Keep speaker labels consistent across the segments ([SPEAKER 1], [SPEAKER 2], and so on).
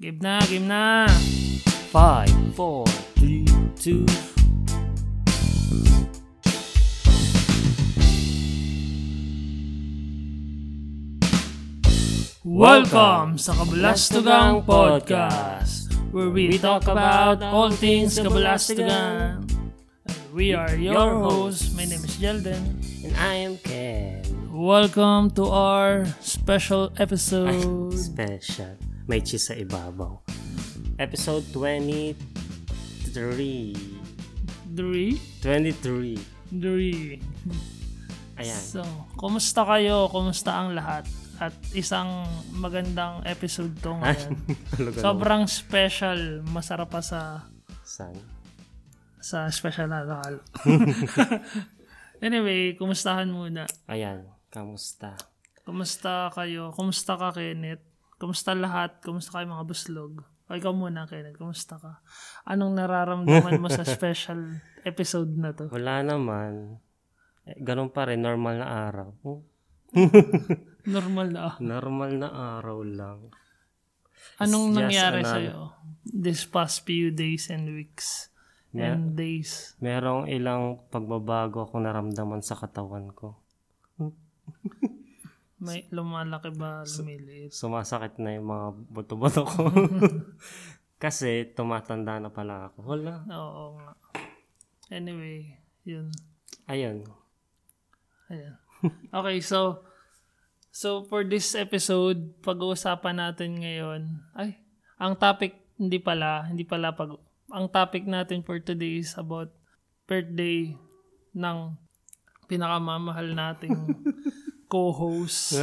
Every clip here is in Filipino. [SPEAKER 1] Game na, game na.
[SPEAKER 2] 5, 4, 3, 2.
[SPEAKER 1] Welcome sa Kabalastugang Podcast where we talk about all things Kabalastugan. And We are your hosts. My name is Jelden.
[SPEAKER 2] And I am Ken.
[SPEAKER 1] Welcome to our special episode.
[SPEAKER 2] Special. May cheese sa ibabaw. Episode 23.
[SPEAKER 1] Three?
[SPEAKER 2] 23.
[SPEAKER 1] Three.
[SPEAKER 2] Ayan.
[SPEAKER 1] So, kumusta kayo? Kumusta ang lahat? At isang magandang episode to ngayon.
[SPEAKER 2] Talaga
[SPEAKER 1] Sobrang special. Masarap pa sa
[SPEAKER 2] San?
[SPEAKER 1] sa special na lokal. anyway, kumustahan muna.
[SPEAKER 2] Ayan. Kamusta?
[SPEAKER 1] Kumusta kayo? Kumusta ka, Kenneth? Kumusta lahat? Kumusta kayo mga buslog? O ikaw muna, Kenneth. Kumusta ka? Anong nararamdaman mo sa special episode na to?
[SPEAKER 2] Wala naman. Eh, ganun pa rin. Normal na araw. Oh,
[SPEAKER 1] Normal na. ah.
[SPEAKER 2] normal na araw lang.
[SPEAKER 1] Anong
[SPEAKER 2] It's just
[SPEAKER 1] nangyari
[SPEAKER 2] another-
[SPEAKER 1] sa'yo this past few days and weeks
[SPEAKER 2] Yeah.
[SPEAKER 1] and days?
[SPEAKER 2] Merong ilang pagbabago akong naramdaman sa katawan ko.
[SPEAKER 1] May lumalaki ba? Lumiliit?
[SPEAKER 2] Sumasakit na yung mga buto-buto ko. Kasi tumatanda na pala ako. Wala.
[SPEAKER 1] Oo nga. Anyway, yun.
[SPEAKER 2] Ayun.
[SPEAKER 1] Ayan. Okay, so so for this episode, pag-uusapan natin ngayon, ay, ang topic hindi pala, hindi pala pag ang topic natin for today is about birthday ng pinakamamahal nating co-host.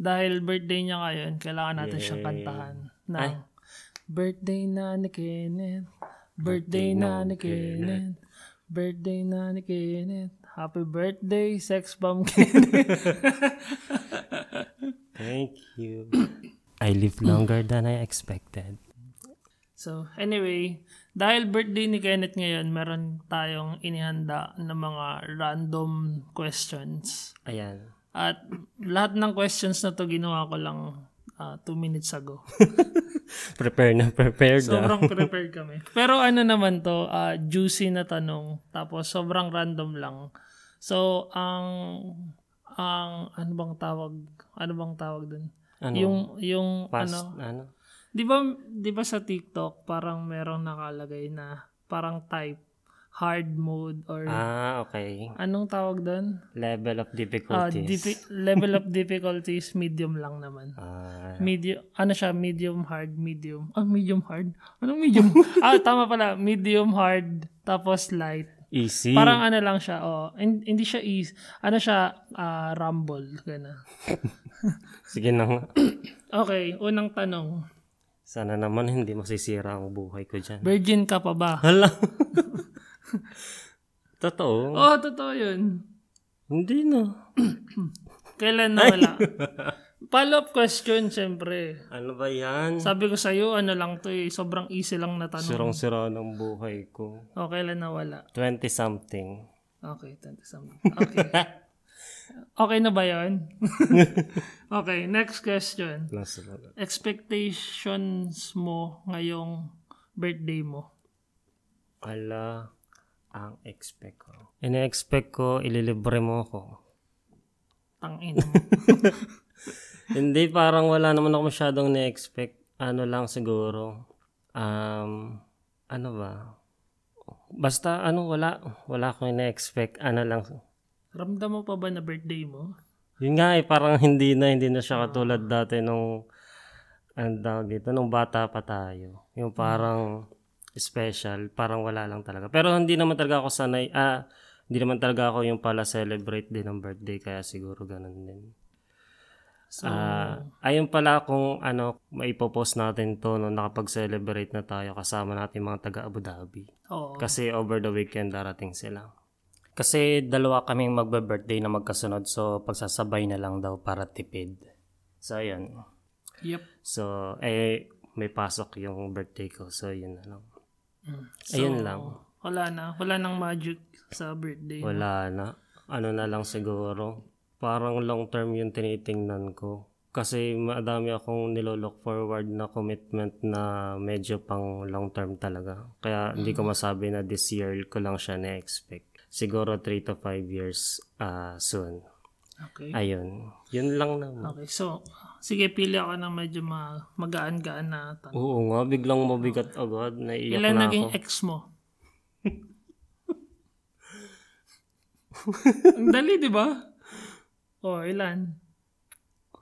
[SPEAKER 1] Dahil birthday niya ngayon, kailangan natin siyang
[SPEAKER 2] Yay.
[SPEAKER 1] kantahan ng
[SPEAKER 2] Ay.
[SPEAKER 1] birthday na ni Kenneth, birthday na ni Kenneth, birthday na ni Kenneth, happy birthday, sex bomb Kenneth.
[SPEAKER 2] Thank you. I live longer than I expected.
[SPEAKER 1] so, anyway, dahil birthday ni Kenneth ngayon, meron tayong inihanda ng mga random questions.
[SPEAKER 2] Ayan.
[SPEAKER 1] At lahat ng questions na to ginawa ko lang 2 two minutes ago.
[SPEAKER 2] Prepare na, prepare na.
[SPEAKER 1] Sobrang prepared kami. Pero ano naman to, ah, juicy na tanong. Tapos sobrang random lang. So, ang ang ano bang tawag? Ano bang tawag dun?
[SPEAKER 2] Ano?
[SPEAKER 1] Yung yung
[SPEAKER 2] Past,
[SPEAKER 1] ano?
[SPEAKER 2] ano?
[SPEAKER 1] 'Di ba 'di ba sa TikTok parang merong nakalagay na parang type hard mode or
[SPEAKER 2] Ah, okay.
[SPEAKER 1] anong tawag doon?
[SPEAKER 2] Level
[SPEAKER 1] Ah,
[SPEAKER 2] of difficulties.
[SPEAKER 1] diffi- level of difficulties medium lang naman.
[SPEAKER 2] Ah,
[SPEAKER 1] Medium, ano siya, medium hard, medium. Ah, medium hard? Anong medium? ah, tama pala, medium hard, tapos light.
[SPEAKER 2] easy.
[SPEAKER 1] Parang ano lang siya, oh, hin- hindi siya easy. Ano siya, ah, rumble, gano'n.
[SPEAKER 2] Sige na nga.
[SPEAKER 1] Okay, unang tanong.
[SPEAKER 2] Sana naman hindi masisira ang buhay ko dyan.
[SPEAKER 1] Virgin ka pa ba?
[SPEAKER 2] Hala. Totoo.
[SPEAKER 1] Oh, totoo yun.
[SPEAKER 2] Hindi na.
[SPEAKER 1] Kailan na wala? Follow-up question, syempre.
[SPEAKER 2] Ano ba yan?
[SPEAKER 1] Sabi ko sa'yo, ano lang to eh, sobrang easy lang na tanong.
[SPEAKER 2] Sirang-sira ng buhay ko.
[SPEAKER 1] Oh, kailan na wala?
[SPEAKER 2] 20 something.
[SPEAKER 1] Okay, 20 something. Okay. okay na ba yun? okay, next question.
[SPEAKER 2] Nasa
[SPEAKER 1] Expectations mo ngayong birthday mo?
[SPEAKER 2] Ala, ang expect ko. Ina-expect ko, ililibre mo ako.
[SPEAKER 1] Tangin mo.
[SPEAKER 2] Hindi, parang wala naman ako masyadong na-expect. Ano lang siguro. Um, ano ba? Basta, ano, wala. Wala akong ina-expect. Ano lang.
[SPEAKER 1] Ramdam mo pa ba na birthday mo?
[SPEAKER 2] Yun nga eh, parang hindi na, hindi na siya katulad dati nung, ano tawag dito, nung bata pa tayo. Yung parang special, parang wala lang talaga. Pero hindi naman talaga ako sanay, ah, hindi naman talaga ako yung pala celebrate din ng birthday, kaya siguro ganun din.
[SPEAKER 1] So,
[SPEAKER 2] Ah, ayun pala kung ano, maipopost natin to no, nakapag-celebrate na tayo kasama natin mga taga Abu Dhabi.
[SPEAKER 1] oo.
[SPEAKER 2] Kasi over the weekend darating sila. Kasi dalawa kaming magbe-birthday na magkasunod so pagsasabay na lang daw para tipid. So ayun.
[SPEAKER 1] Yep.
[SPEAKER 2] So eh may pasok yung birthday ko. So yun na lang.
[SPEAKER 1] Mm.
[SPEAKER 2] Ayun lang.
[SPEAKER 1] Wala na. Wala nang magic sa birthday.
[SPEAKER 2] Wala na. Ano na lang siguro. Parang long term yung tinitingnan ko. Kasi madami akong nilolook forward na commitment na medyo pang long term talaga. Kaya hindi
[SPEAKER 1] Mm.
[SPEAKER 2] ko masabi na this year ko lang siya na-expect. Siguro 3 to 5 years ah, soon.
[SPEAKER 1] Okay.
[SPEAKER 2] Ayun. Yun lang naman.
[SPEAKER 1] Okay, so, sige, pili ako ng medyo ma- magaan-gaan na tanong.
[SPEAKER 2] Oo nga, biglang mabigat agad. Naiiyak
[SPEAKER 1] Ilan
[SPEAKER 2] na
[SPEAKER 1] naging
[SPEAKER 2] ako.
[SPEAKER 1] ex mo? Ang dali, di ba? O, ilan?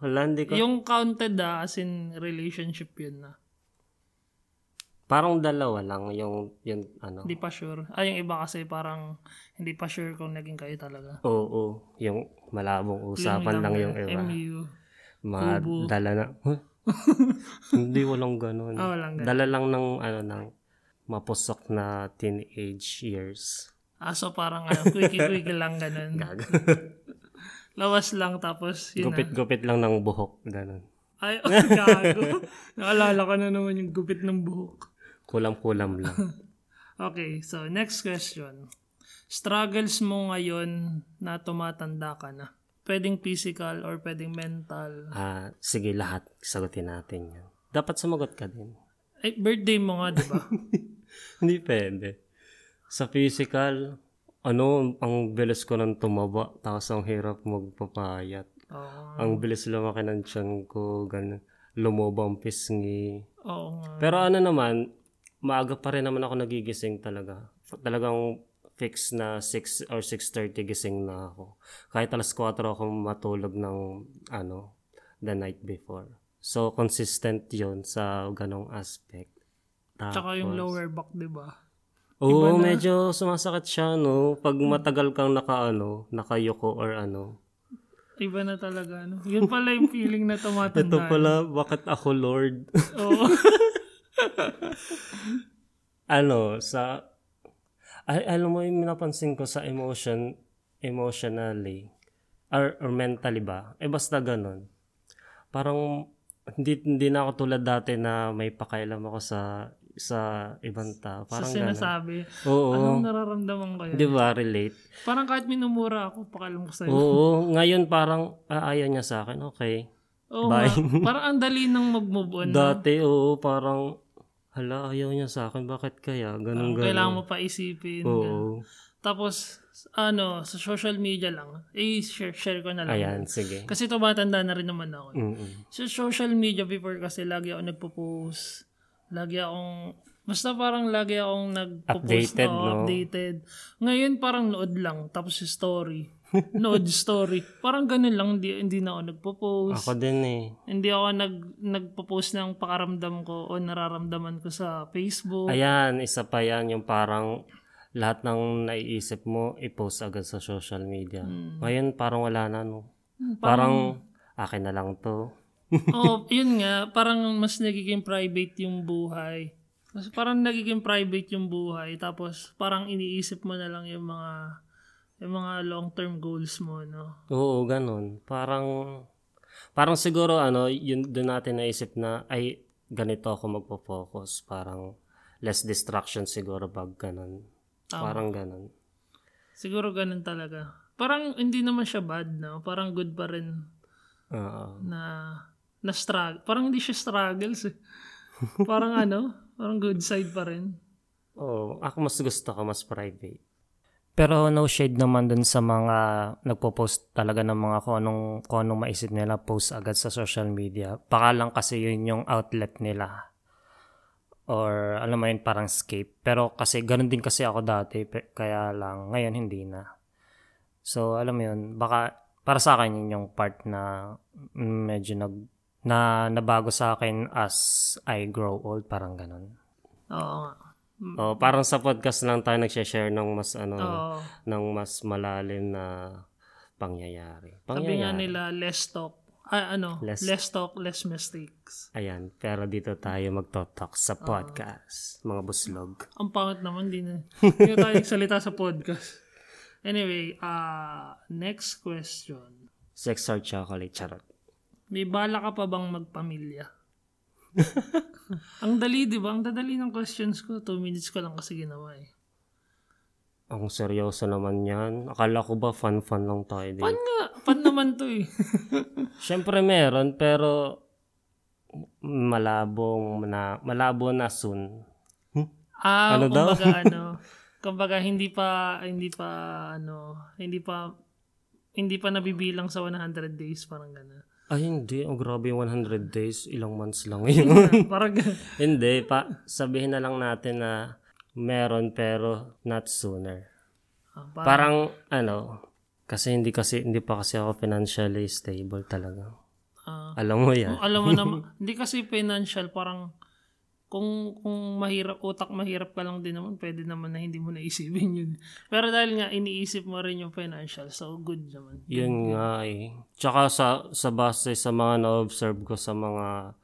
[SPEAKER 2] Wala, hindi ko.
[SPEAKER 1] Yung counted ah, as in relationship yun na.
[SPEAKER 2] Parang dalawa lang yung, yung ano.
[SPEAKER 1] Hindi pa sure. Ah, yung iba kasi parang hindi pa sure kung naging kayo talaga.
[SPEAKER 2] Oo, yung malabong usapan lang yung iba.
[SPEAKER 1] MU.
[SPEAKER 2] Madala na. Huh? Hindi, walang ganun.
[SPEAKER 1] Ah, walang ganun.
[SPEAKER 2] Dala lang ng, ano, ng mapusok na teenage years.
[SPEAKER 1] Ah, so parang ano, quickie-quickie lang ganun.
[SPEAKER 2] Gag.
[SPEAKER 1] Lawas lang tapos yun na.
[SPEAKER 2] Gupit-gupit lang ng buhok. Ganun.
[SPEAKER 1] Ay, oh, gago. Naalala ko na naman yung gupit ng buhok.
[SPEAKER 2] Kulam-kulam lang.
[SPEAKER 1] Okay, so next question. Struggles mo ngayon na tumatanda ka na? Pwedeng physical or pwedeng mental.
[SPEAKER 2] Ah, sige, lahat. Sagutin natin yan. Dapat sumagot ka din.
[SPEAKER 1] Ay, birthday mo nga, di ba?
[SPEAKER 2] Hindi pwede. Sa physical, ano, ang bilis ko nang tumaba, tapos ang hirap magpapayat.
[SPEAKER 1] Oo.
[SPEAKER 2] Ang bilis lumaki ng tiyan ko, ganun. Lumobo ang pisngi.
[SPEAKER 1] Oo nga.
[SPEAKER 2] Pero ano naman, maaga pa rin naman ako nagigising talaga. F- Talagang fix na 6 or 6.30 gising na ako. Kahit alas 4 ako matulog ng ano, the night before. So, consistent yon sa ganong aspect.
[SPEAKER 1] Tsaka yung
[SPEAKER 2] Tapos-
[SPEAKER 1] lower back, di ba?
[SPEAKER 2] Oo, medyo sumasakit siya, no? Pag matagal kang naka, ano, nakayuko or ano.
[SPEAKER 1] Iba na talaga, ano? Yun pala yung feeling na
[SPEAKER 2] Ito
[SPEAKER 1] tumatanda.
[SPEAKER 2] pala, bakit ako Lord?
[SPEAKER 1] Oo.
[SPEAKER 2] ano, sa... Ay, alam mo yung napansin ko sa emotion, emotionally, or, or mentally ba? Eh, basta ganun. Parang, hindi, hindi na ako tulad dati na may pakialam ako sa sa ibang tao.
[SPEAKER 1] sa
[SPEAKER 2] Parang ganun.
[SPEAKER 1] sinasabi.
[SPEAKER 2] Oo.
[SPEAKER 1] Anong nararamdaman ko yun?
[SPEAKER 2] Di ba? Relate.
[SPEAKER 1] Parang kahit minumura ako, pakalam ko sa'yo.
[SPEAKER 2] Oo. Ngayon parang, ah, ayaw niya sa akin. Okay.
[SPEAKER 1] Oo nga.
[SPEAKER 2] Bye.
[SPEAKER 1] Parang ang dali nang mag-move on.
[SPEAKER 2] Dati, oo, parang, hala, ayaw niya sa akin. Bakit kaya? Ganun, ganun.
[SPEAKER 1] Kailangan mo pa isipin. ganun.
[SPEAKER 2] Oo.
[SPEAKER 1] Tapos, ano, sa social media lang. Eh, share, share ko na lang.
[SPEAKER 2] Ayan, sige.
[SPEAKER 1] Kasi tumatanda na rin naman ako.
[SPEAKER 2] Mm-mm.
[SPEAKER 1] Sa social media before kasi lagi ako nagpo-post. Lagi akong, basta parang lagi akong nagpo-post.
[SPEAKER 2] Updated,
[SPEAKER 1] oo,
[SPEAKER 2] no?
[SPEAKER 1] Updated. Ngayon parang nood lang. Tapos story. nood story. Parang ganun lang. Hindi, hindi na ako nagpo-post.
[SPEAKER 2] Ako din eh.
[SPEAKER 1] Hindi ako nag, nagpo-post ng pakaramdam ko o nararamdaman ko sa Facebook.
[SPEAKER 2] Ayan, isa pa yan yung parang lahat ng naiisip mo, i-post agad sa social media. Ngayon, parang wala na, no? Parang, akin na lang to.
[SPEAKER 1] Oo, yun nga. Parang mas nagiging private yung buhay. Mas parang nagiging private yung buhay. Tapos parang iniisip mo na lang yung mga yung mga long-term goals mo, no?
[SPEAKER 2] Oo, ganun. Parang, parang siguro, ano, yun, doon natin naisip na, ay, ganito ako magpo-focus. Parang, less distraction siguro pag ganun. Parang ganun.
[SPEAKER 1] Siguro ganun talaga. Parang hindi naman siya bad, no? Parang good pa rin
[SPEAKER 2] Oo.
[SPEAKER 1] na na struggle. Parang hindi siya struggles. eh. parang ano? Parang good side pa rin.
[SPEAKER 2] Oo, ako mas gusto ko, mas private.
[SPEAKER 3] Pero no shade naman dun sa mga nagpo-post talaga ng mga kung anong, kung anong maisip nila post agad sa social media. Baka lang kasi yun yung outlet nila. Or alam mo yun, parang escape. Pero kasi ganun din kasi ako dati. pe- Kaya lang ngayon hindi na. So alam mo yun, baka para sa akin yun yung part na mm, medyo nag na nabago sa akin as I grow old, parang ganun.
[SPEAKER 1] Oo nga.
[SPEAKER 2] Oo, Oh, parang sa podcast lang tayo nagsha-share ng mas ano,
[SPEAKER 1] Oo.
[SPEAKER 2] ng mas malalim na pangyayari.
[SPEAKER 1] Sabi nga
[SPEAKER 2] Pangyayari.
[SPEAKER 1] nila, less talk. Ah, ano?
[SPEAKER 2] Less-
[SPEAKER 1] less talk, less mistakes.
[SPEAKER 2] Ayan, pero dito tayo magtotalk sa podcast, mga buslog.
[SPEAKER 1] Ang pangit naman din eh. Hindi na tayo nagsalita sa podcast. Anyway, ah next question.
[SPEAKER 2] Sex or chocolate, charot.
[SPEAKER 1] May bala ka pa bang magpamilya? Ang dali, di ba? Ang dadali ng questions ko. Two minutes ko lang kasi ginawa eh.
[SPEAKER 2] Ang seryoso naman yan. Akala ko ba fan-fan lang tayo dito?
[SPEAKER 1] Pan nga, pan naman to eh.
[SPEAKER 2] Siyempre meron, pero malabong na, malabo na soon.
[SPEAKER 1] Ah,
[SPEAKER 2] Ano daw?
[SPEAKER 1] kumbaga ano, kumbaga hindi pa hindi pa ano, hindi pa hindi pa nabibilang sa 100 days parang gano'n.
[SPEAKER 2] Ay, hindi. Oh, grabe yung 100 days. Ilang months lang yun.
[SPEAKER 1] parang gano'n.
[SPEAKER 2] hindi. Pa, sabihin na lang natin na meron pero not sooner.
[SPEAKER 1] Ah, parang,
[SPEAKER 2] Parang ano, kasi hindi kasi hindi pa kasi ako financially stable talaga.
[SPEAKER 1] ah,
[SPEAKER 2] Alam mo yan.
[SPEAKER 1] kung alam mo naman, hindi kasi financial parang kung kung mahirap utak mahirap ka lang din naman, pwede naman na hindi mo naisipin yun. Pero dahil nga iniisip mo rin yung financial, so good naman.
[SPEAKER 2] Yun nga eh. Tsaka sa, sa base sa mga na-observe ko sa mga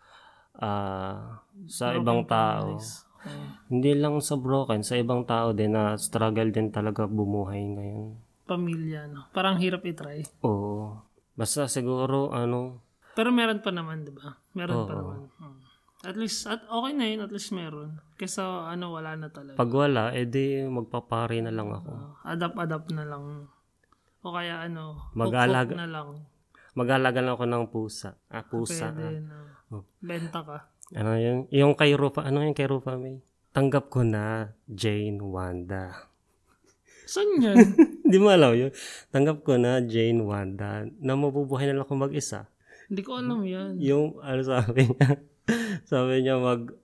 [SPEAKER 2] ah, sa ibang tao.
[SPEAKER 1] Ah,
[SPEAKER 2] Hindi lang sa broken, sa ibang tao din na struggle din talaga bumuhay ngayon.
[SPEAKER 1] pamilya no. Parang hirap i-try.
[SPEAKER 2] Oo. Basta siguro ano,
[SPEAKER 1] Pero meron pa naman, 'di ba? Meron pa
[SPEAKER 2] Oo.
[SPEAKER 1] naman. Mm. At least at okay na 'yun, at least meron. Kesa ano wala na talaga.
[SPEAKER 2] pag wala, edi magpapare na lang ako.
[SPEAKER 1] Uh, adapt adapt na lang. O kaya ano, hook-hook
[SPEAKER 2] Mag-alaga-
[SPEAKER 1] na lang.
[SPEAKER 2] Mag-alaga lang ako ng pusa. Ah, pusa.
[SPEAKER 1] Pwede
[SPEAKER 2] ah.
[SPEAKER 1] na. Benta ka.
[SPEAKER 2] Ano yun? Yung kay Rufa, ano yung kay Rufa May? Tanggap ko na Jane Wanda.
[SPEAKER 1] Saan yan?
[SPEAKER 2] Hindi mo alam yun. Tanggap ko na Jane Wanda na mabubuhay na lang ako mag-isa.
[SPEAKER 1] Hindi ko alam yan.
[SPEAKER 2] Yung, ano sabi niya, sabi niya mag,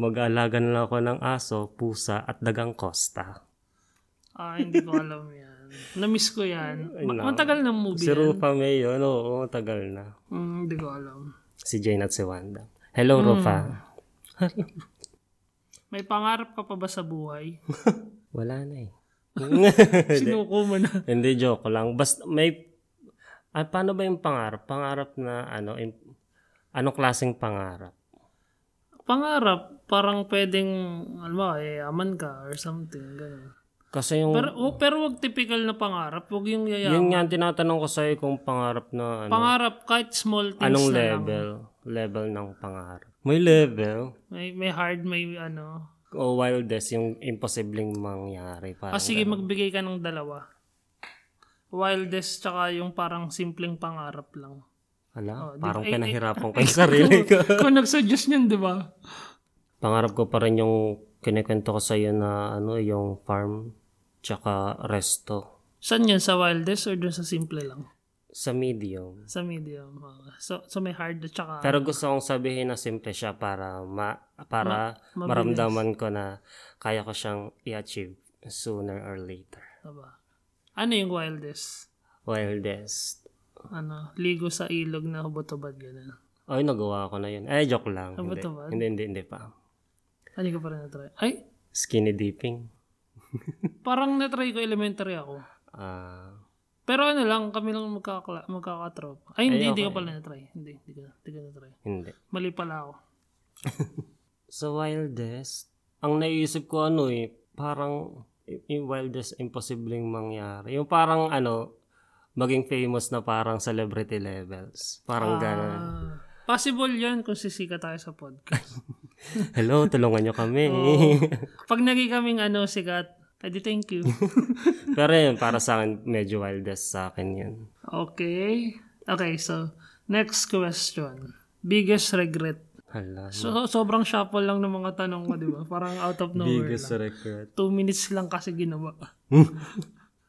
[SPEAKER 2] mag-alaga na lang ako ng aso, pusa at dagang kosta.
[SPEAKER 1] Ah, hindi ko alam yan. Namiss ko yan.
[SPEAKER 2] Ay,
[SPEAKER 1] Ma-
[SPEAKER 2] nako.
[SPEAKER 1] matagal ng movie
[SPEAKER 2] Si
[SPEAKER 1] yan.
[SPEAKER 2] Rufa May yun, oo, tagal na.
[SPEAKER 1] Mm, hindi ko alam.
[SPEAKER 2] Si Jane at si Wanda. Hello, Rufa.
[SPEAKER 1] May pangarap ka pa ba sa buhay?
[SPEAKER 2] Wala na eh.
[SPEAKER 1] Sinuko mo na.
[SPEAKER 2] Hindi, joke lang. Basta may... Ah, paano ba yung pangarap? Pangarap na ano? im- anong klaseng pangarap?
[SPEAKER 1] Pangarap, parang pwedeng, alam mo, eh, aman ka or something. Ganun.
[SPEAKER 2] Kasi yung...
[SPEAKER 1] Pero, oh, pero wag typical na pangarap. Wag yung yaya.
[SPEAKER 2] yun nga ang tinatanong ko sa'yo kung pangarap na ano,
[SPEAKER 1] Pangarap, kahit small things
[SPEAKER 2] anong
[SPEAKER 1] na lang.
[SPEAKER 2] level? Level ng pangarap. May level?
[SPEAKER 1] May, may hard, may ano.
[SPEAKER 2] O wildest, yung imposibleng mangyari.
[SPEAKER 1] Ah,
[SPEAKER 2] Parang,
[SPEAKER 1] sige, magbigay ka ng dalawa. Wildest, tsaka yung parang simpleng pangarap lang. oh,
[SPEAKER 2] Ala,
[SPEAKER 1] di- eh,
[SPEAKER 2] ano, parang
[SPEAKER 1] ay, ay-
[SPEAKER 2] pinahirapan ko yung sarili ko.
[SPEAKER 1] Kung nagsuggest niyan, di ba?
[SPEAKER 2] Pangarap ko pa rin yung kinikwento ko sa'yo na ano, yung farm tsaka resto
[SPEAKER 1] Saan yan? Sa wildest or dun sa simple lang?
[SPEAKER 2] sa medium.
[SPEAKER 1] Sa medium. ah. So, so may hard at tsaka...
[SPEAKER 2] Pero gusto kong sabihin na simple siya para ma, para
[SPEAKER 1] Ma- mabilis.
[SPEAKER 2] maramdaman ko na kaya ko siyang i-achieve sooner or later.
[SPEAKER 1] Diba? Ano yung wildest?
[SPEAKER 2] Wildest.
[SPEAKER 1] Ano, ligo sa ilog na hubot-hubad, gano'n.
[SPEAKER 2] Ay, nagawa ko na yun. Ay, joke lang.
[SPEAKER 1] Ano ba
[SPEAKER 2] Hindi.
[SPEAKER 1] to ba?
[SPEAKER 2] hindi, hindi, hindi pa.
[SPEAKER 1] Ano ko parang natry? Ay,
[SPEAKER 2] Skinny dipping.
[SPEAKER 1] parang natry ko elementary ako.
[SPEAKER 2] Ah, Pero,
[SPEAKER 1] Pero ano lang, kami lang magkakla, magkakatrop. Ay, hindi,
[SPEAKER 2] Ay,
[SPEAKER 1] hindi ko
[SPEAKER 2] okay.
[SPEAKER 1] pala na-try. Hindi, hindi ko, hindi ko na-try.
[SPEAKER 2] hindi.
[SPEAKER 1] Mali pala ako.
[SPEAKER 2] Sa wildest, ang naisip ko ano eh, parang y- yung wildest imposibleng mangyari. Yung parang ano, maging famous na parang celebrity levels. Parang ganun.
[SPEAKER 1] Ah, possible yan kung sisika tayo sa podcast.
[SPEAKER 2] Hello, tulungan nyo kami.
[SPEAKER 1] Pag naging kaming ano, sikat, edi thank you.
[SPEAKER 2] Pero yun, para sa akin, medyo wildest sa akin yun.
[SPEAKER 1] okay. Okay, so, next question. Biggest regret.
[SPEAKER 2] Hala.
[SPEAKER 1] So, sobrang shuffle lang ng mga tanong ko, di ba? Parang out of nowhere
[SPEAKER 2] biggest
[SPEAKER 1] lang.
[SPEAKER 2] regret.
[SPEAKER 1] Two minutes lang kasi ginawa.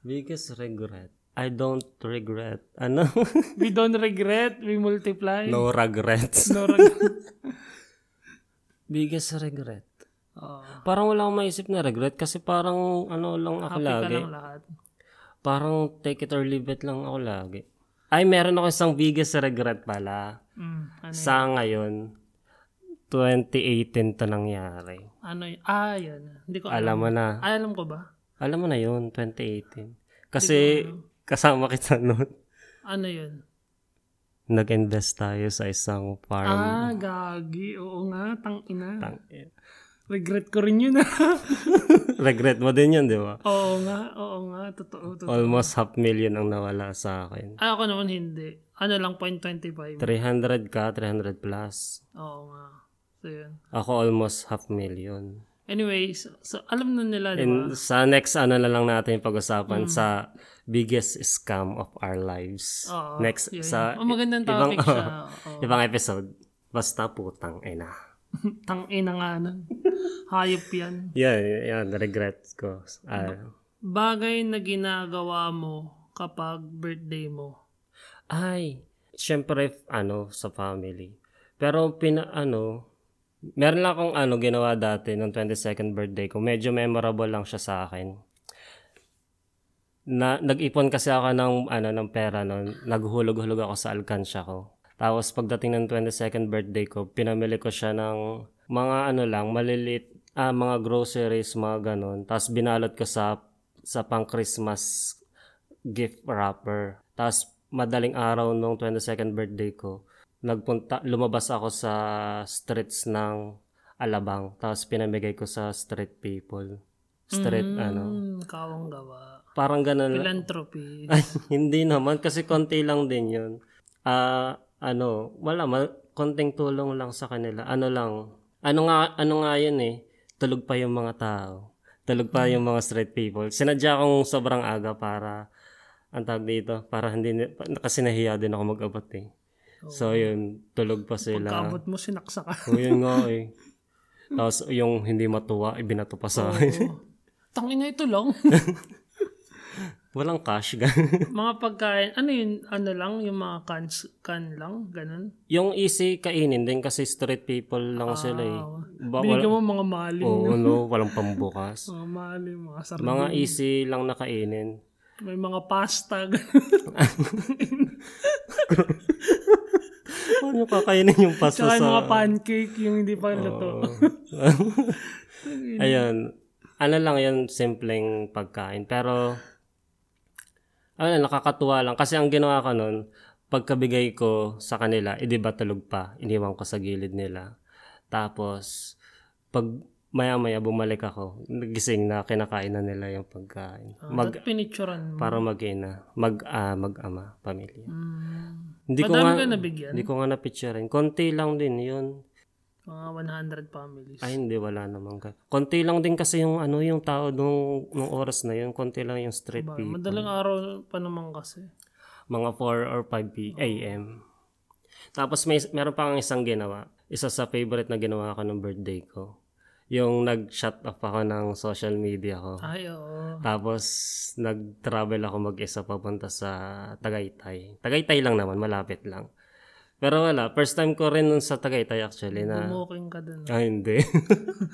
[SPEAKER 2] Biggest regret. I don't regret. Ano?
[SPEAKER 1] We don't regret, we multiply.
[SPEAKER 2] no regrets.
[SPEAKER 1] No regret.
[SPEAKER 2] biggest regret.
[SPEAKER 1] Oo.
[SPEAKER 2] Parang wala akong maisip na regret kasi parang ano lang ako
[SPEAKER 1] happy ka
[SPEAKER 2] lagi.
[SPEAKER 1] lang lahat.
[SPEAKER 2] Parang take it or leave it lang ako lagi. Ay, meron ako isang biggest regret pala.
[SPEAKER 1] Mm, ano, yun?
[SPEAKER 2] Sa ngayon, 2018 to nangyari.
[SPEAKER 1] ano yun? Ah, yun. Hindi ko alam.
[SPEAKER 2] Alam mo na.
[SPEAKER 1] Ah, alam ko ba?
[SPEAKER 2] Alam mo na yun, 2018. Kasi kasama kita noon.
[SPEAKER 1] Ano yun?
[SPEAKER 2] Nag-invest tayo sa isang farm.
[SPEAKER 1] Ah, gagi. Oo nga, tang ina.
[SPEAKER 2] Tang- eh,
[SPEAKER 1] Regret ko rin yun. ah.
[SPEAKER 2] Regret mo din yun, di ba?
[SPEAKER 1] oo nga, oo nga. Totoo, totoo.
[SPEAKER 2] Almost half million ang nawala sa akin.
[SPEAKER 1] Ah, ako naman hindi. Ano lang, 0.25.
[SPEAKER 2] 300 ka, 300 plus.
[SPEAKER 1] Oo nga. So, yun. Diba?
[SPEAKER 2] Ako almost half million.
[SPEAKER 1] Anyway, so, so alam na nila, di ba?
[SPEAKER 2] And sa next ano na lang natin
[SPEAKER 1] Mm.
[SPEAKER 2] pag-usapan sa biggest scam of our lives.
[SPEAKER 1] Oo,
[SPEAKER 2] next
[SPEAKER 1] yun.
[SPEAKER 2] sa
[SPEAKER 1] Oh, magandang
[SPEAKER 2] ibang-
[SPEAKER 1] topic siya. Oo.
[SPEAKER 2] ibang episode. Basta putang ina.
[SPEAKER 1] Tangina nga nun. Hayop yan.
[SPEAKER 2] Yan, yan, regrets ko. Ah,
[SPEAKER 1] Bagay na ginagawa mo kapag birthday mo.
[SPEAKER 2] ay, syempre, f- ano, sa family. Pero, pina, ano, meron lang akong ano, ginawa dati nung 22nd birthday ko. Medyo memorable lang siya sa akin. Na, nag-ipon kasi ako ng, ano, ng pera noon. Naghulog-hulog ako sa alkansya ko. Tapos, pagdating ng 22nd birthday ko, pinamili ko siya ng mga ano lang, malilit, ah, mga groceries, mga ganun. Tapos, binalot ko sa, sa pang-Christmas gift wrapper. Tapos, madaling araw nung 22nd birthday ko, nagpunta, lumabas ako sa streets ng Alabang. Tapos, pinamigay ko sa street people. Street, ano.
[SPEAKER 1] Mm, Kawang gawa.
[SPEAKER 2] Parang ganun. lang.
[SPEAKER 1] Philanthropy.
[SPEAKER 2] Ay, hindi naman. Kasi konti lang din yun. Ah, ano, wala. Ma- konting tulong lang sa kanila. Ano lang. Ano nga, ano nga yun eh. Tulog pa yung mga tao. Tulog pa yung mga straight people. Sinadya kong sobrang aga para, ang tawag dito, para hindi, ni- pa- kasi nahiya din ako mag-abot eh. So yun, tulog pa sila.
[SPEAKER 1] Pagkaabot mo, sinaksa ka.
[SPEAKER 2] O yun nga eh. Tapos yung hindi matuwa, ibinato pa sa akin.
[SPEAKER 1] Oo. Tangina ito lang.
[SPEAKER 2] Walang cash. ganun.
[SPEAKER 1] mga pagkain, ano yun, ano lang, yung mga cans, can lang, ganun.
[SPEAKER 2] yung easy kainin din kasi street people
[SPEAKER 1] Ah,
[SPEAKER 2] lang sila eh. Ba-
[SPEAKER 1] Binigyan mo mga mali.
[SPEAKER 2] Oo, no, walang pambukas.
[SPEAKER 1] Mga mali, ano mga sarap.
[SPEAKER 2] Mga easy lang nakainin.
[SPEAKER 1] May mga pasta.
[SPEAKER 2] Paano kakainin yung pasta
[SPEAKER 1] Tsaka
[SPEAKER 2] sa...
[SPEAKER 1] yung mga pancake, yung hindi pa luto.
[SPEAKER 2] Ayun. Ano lang yun, simpleng pagkain. Pero, ano, nakakatuwa lang. Kasi ang ginawa ko nun, pagkabigay ko sa kanila, eh di ba tulog pa, iniwan ko sa gilid nila. Tapos, pag maya-maya bumalik ako, nagising na, kinakain na nila yung pagkain.
[SPEAKER 1] Mag,
[SPEAKER 2] Mag,
[SPEAKER 1] pinicturan Ah, mo.
[SPEAKER 2] para mag-ina, mag, ah, mag-ama, pamilya.
[SPEAKER 1] Mm.
[SPEAKER 2] Hindi ko
[SPEAKER 1] Madami
[SPEAKER 2] nga,
[SPEAKER 1] ka nabigyan?
[SPEAKER 2] Hindi ko nga na-picturein. Konti lang din yun.
[SPEAKER 1] Mga 100 families.
[SPEAKER 2] Ay, hindi, wala naman. Ka. Konti lang din kasi yung ano yung tao nung, nung oras na yun. Konti lang yung street
[SPEAKER 1] Ba,
[SPEAKER 2] people.
[SPEAKER 1] madaling Diba? araw pa naman kasi.
[SPEAKER 2] Mga 4 or 5 p- a.m. Tapos may, meron pa kang isang ginawa. Isa sa favorite na ginawa ko ng birthday ko. Yung nag-shut off ako ng social media ko.
[SPEAKER 1] Ay, oo.
[SPEAKER 2] Tapos nag-travel ako mag-isa papunta sa Tagaytay. Tagaytay lang naman, malapit lang. Pero wala, first time ko rin nun sa Tagaytay actually na...
[SPEAKER 1] Bumoking ka dun.
[SPEAKER 2] Ah, hindi.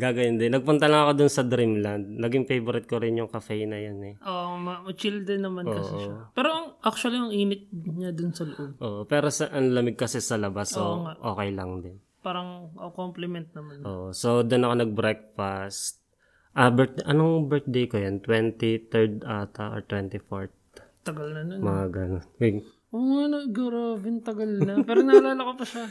[SPEAKER 2] Gaga, hindi. Nagpunta lang ako dun sa Dreamland. Naging favorite ko rin yung cafe na yan eh.
[SPEAKER 1] Oo, ma- chill din naman kasi
[SPEAKER 2] Oo.
[SPEAKER 1] siya. Pero ang, actually, ang init niya dun sa loob.
[SPEAKER 2] Oo, pero sa, ang lamig kasi sa labas,
[SPEAKER 1] Oo
[SPEAKER 2] so
[SPEAKER 1] nga.
[SPEAKER 2] okay lang din.
[SPEAKER 1] Parang oh, compliment naman.
[SPEAKER 2] Oo, so dun ako nag-breakfast. Ah, birth- anong birthday ko yan? 23rd ata or 24th?
[SPEAKER 1] Tagal na nun.
[SPEAKER 2] Mga ganun. Wait.
[SPEAKER 1] Oo nga na, grabe, ang tagal na. Pero naalala ko pa siya.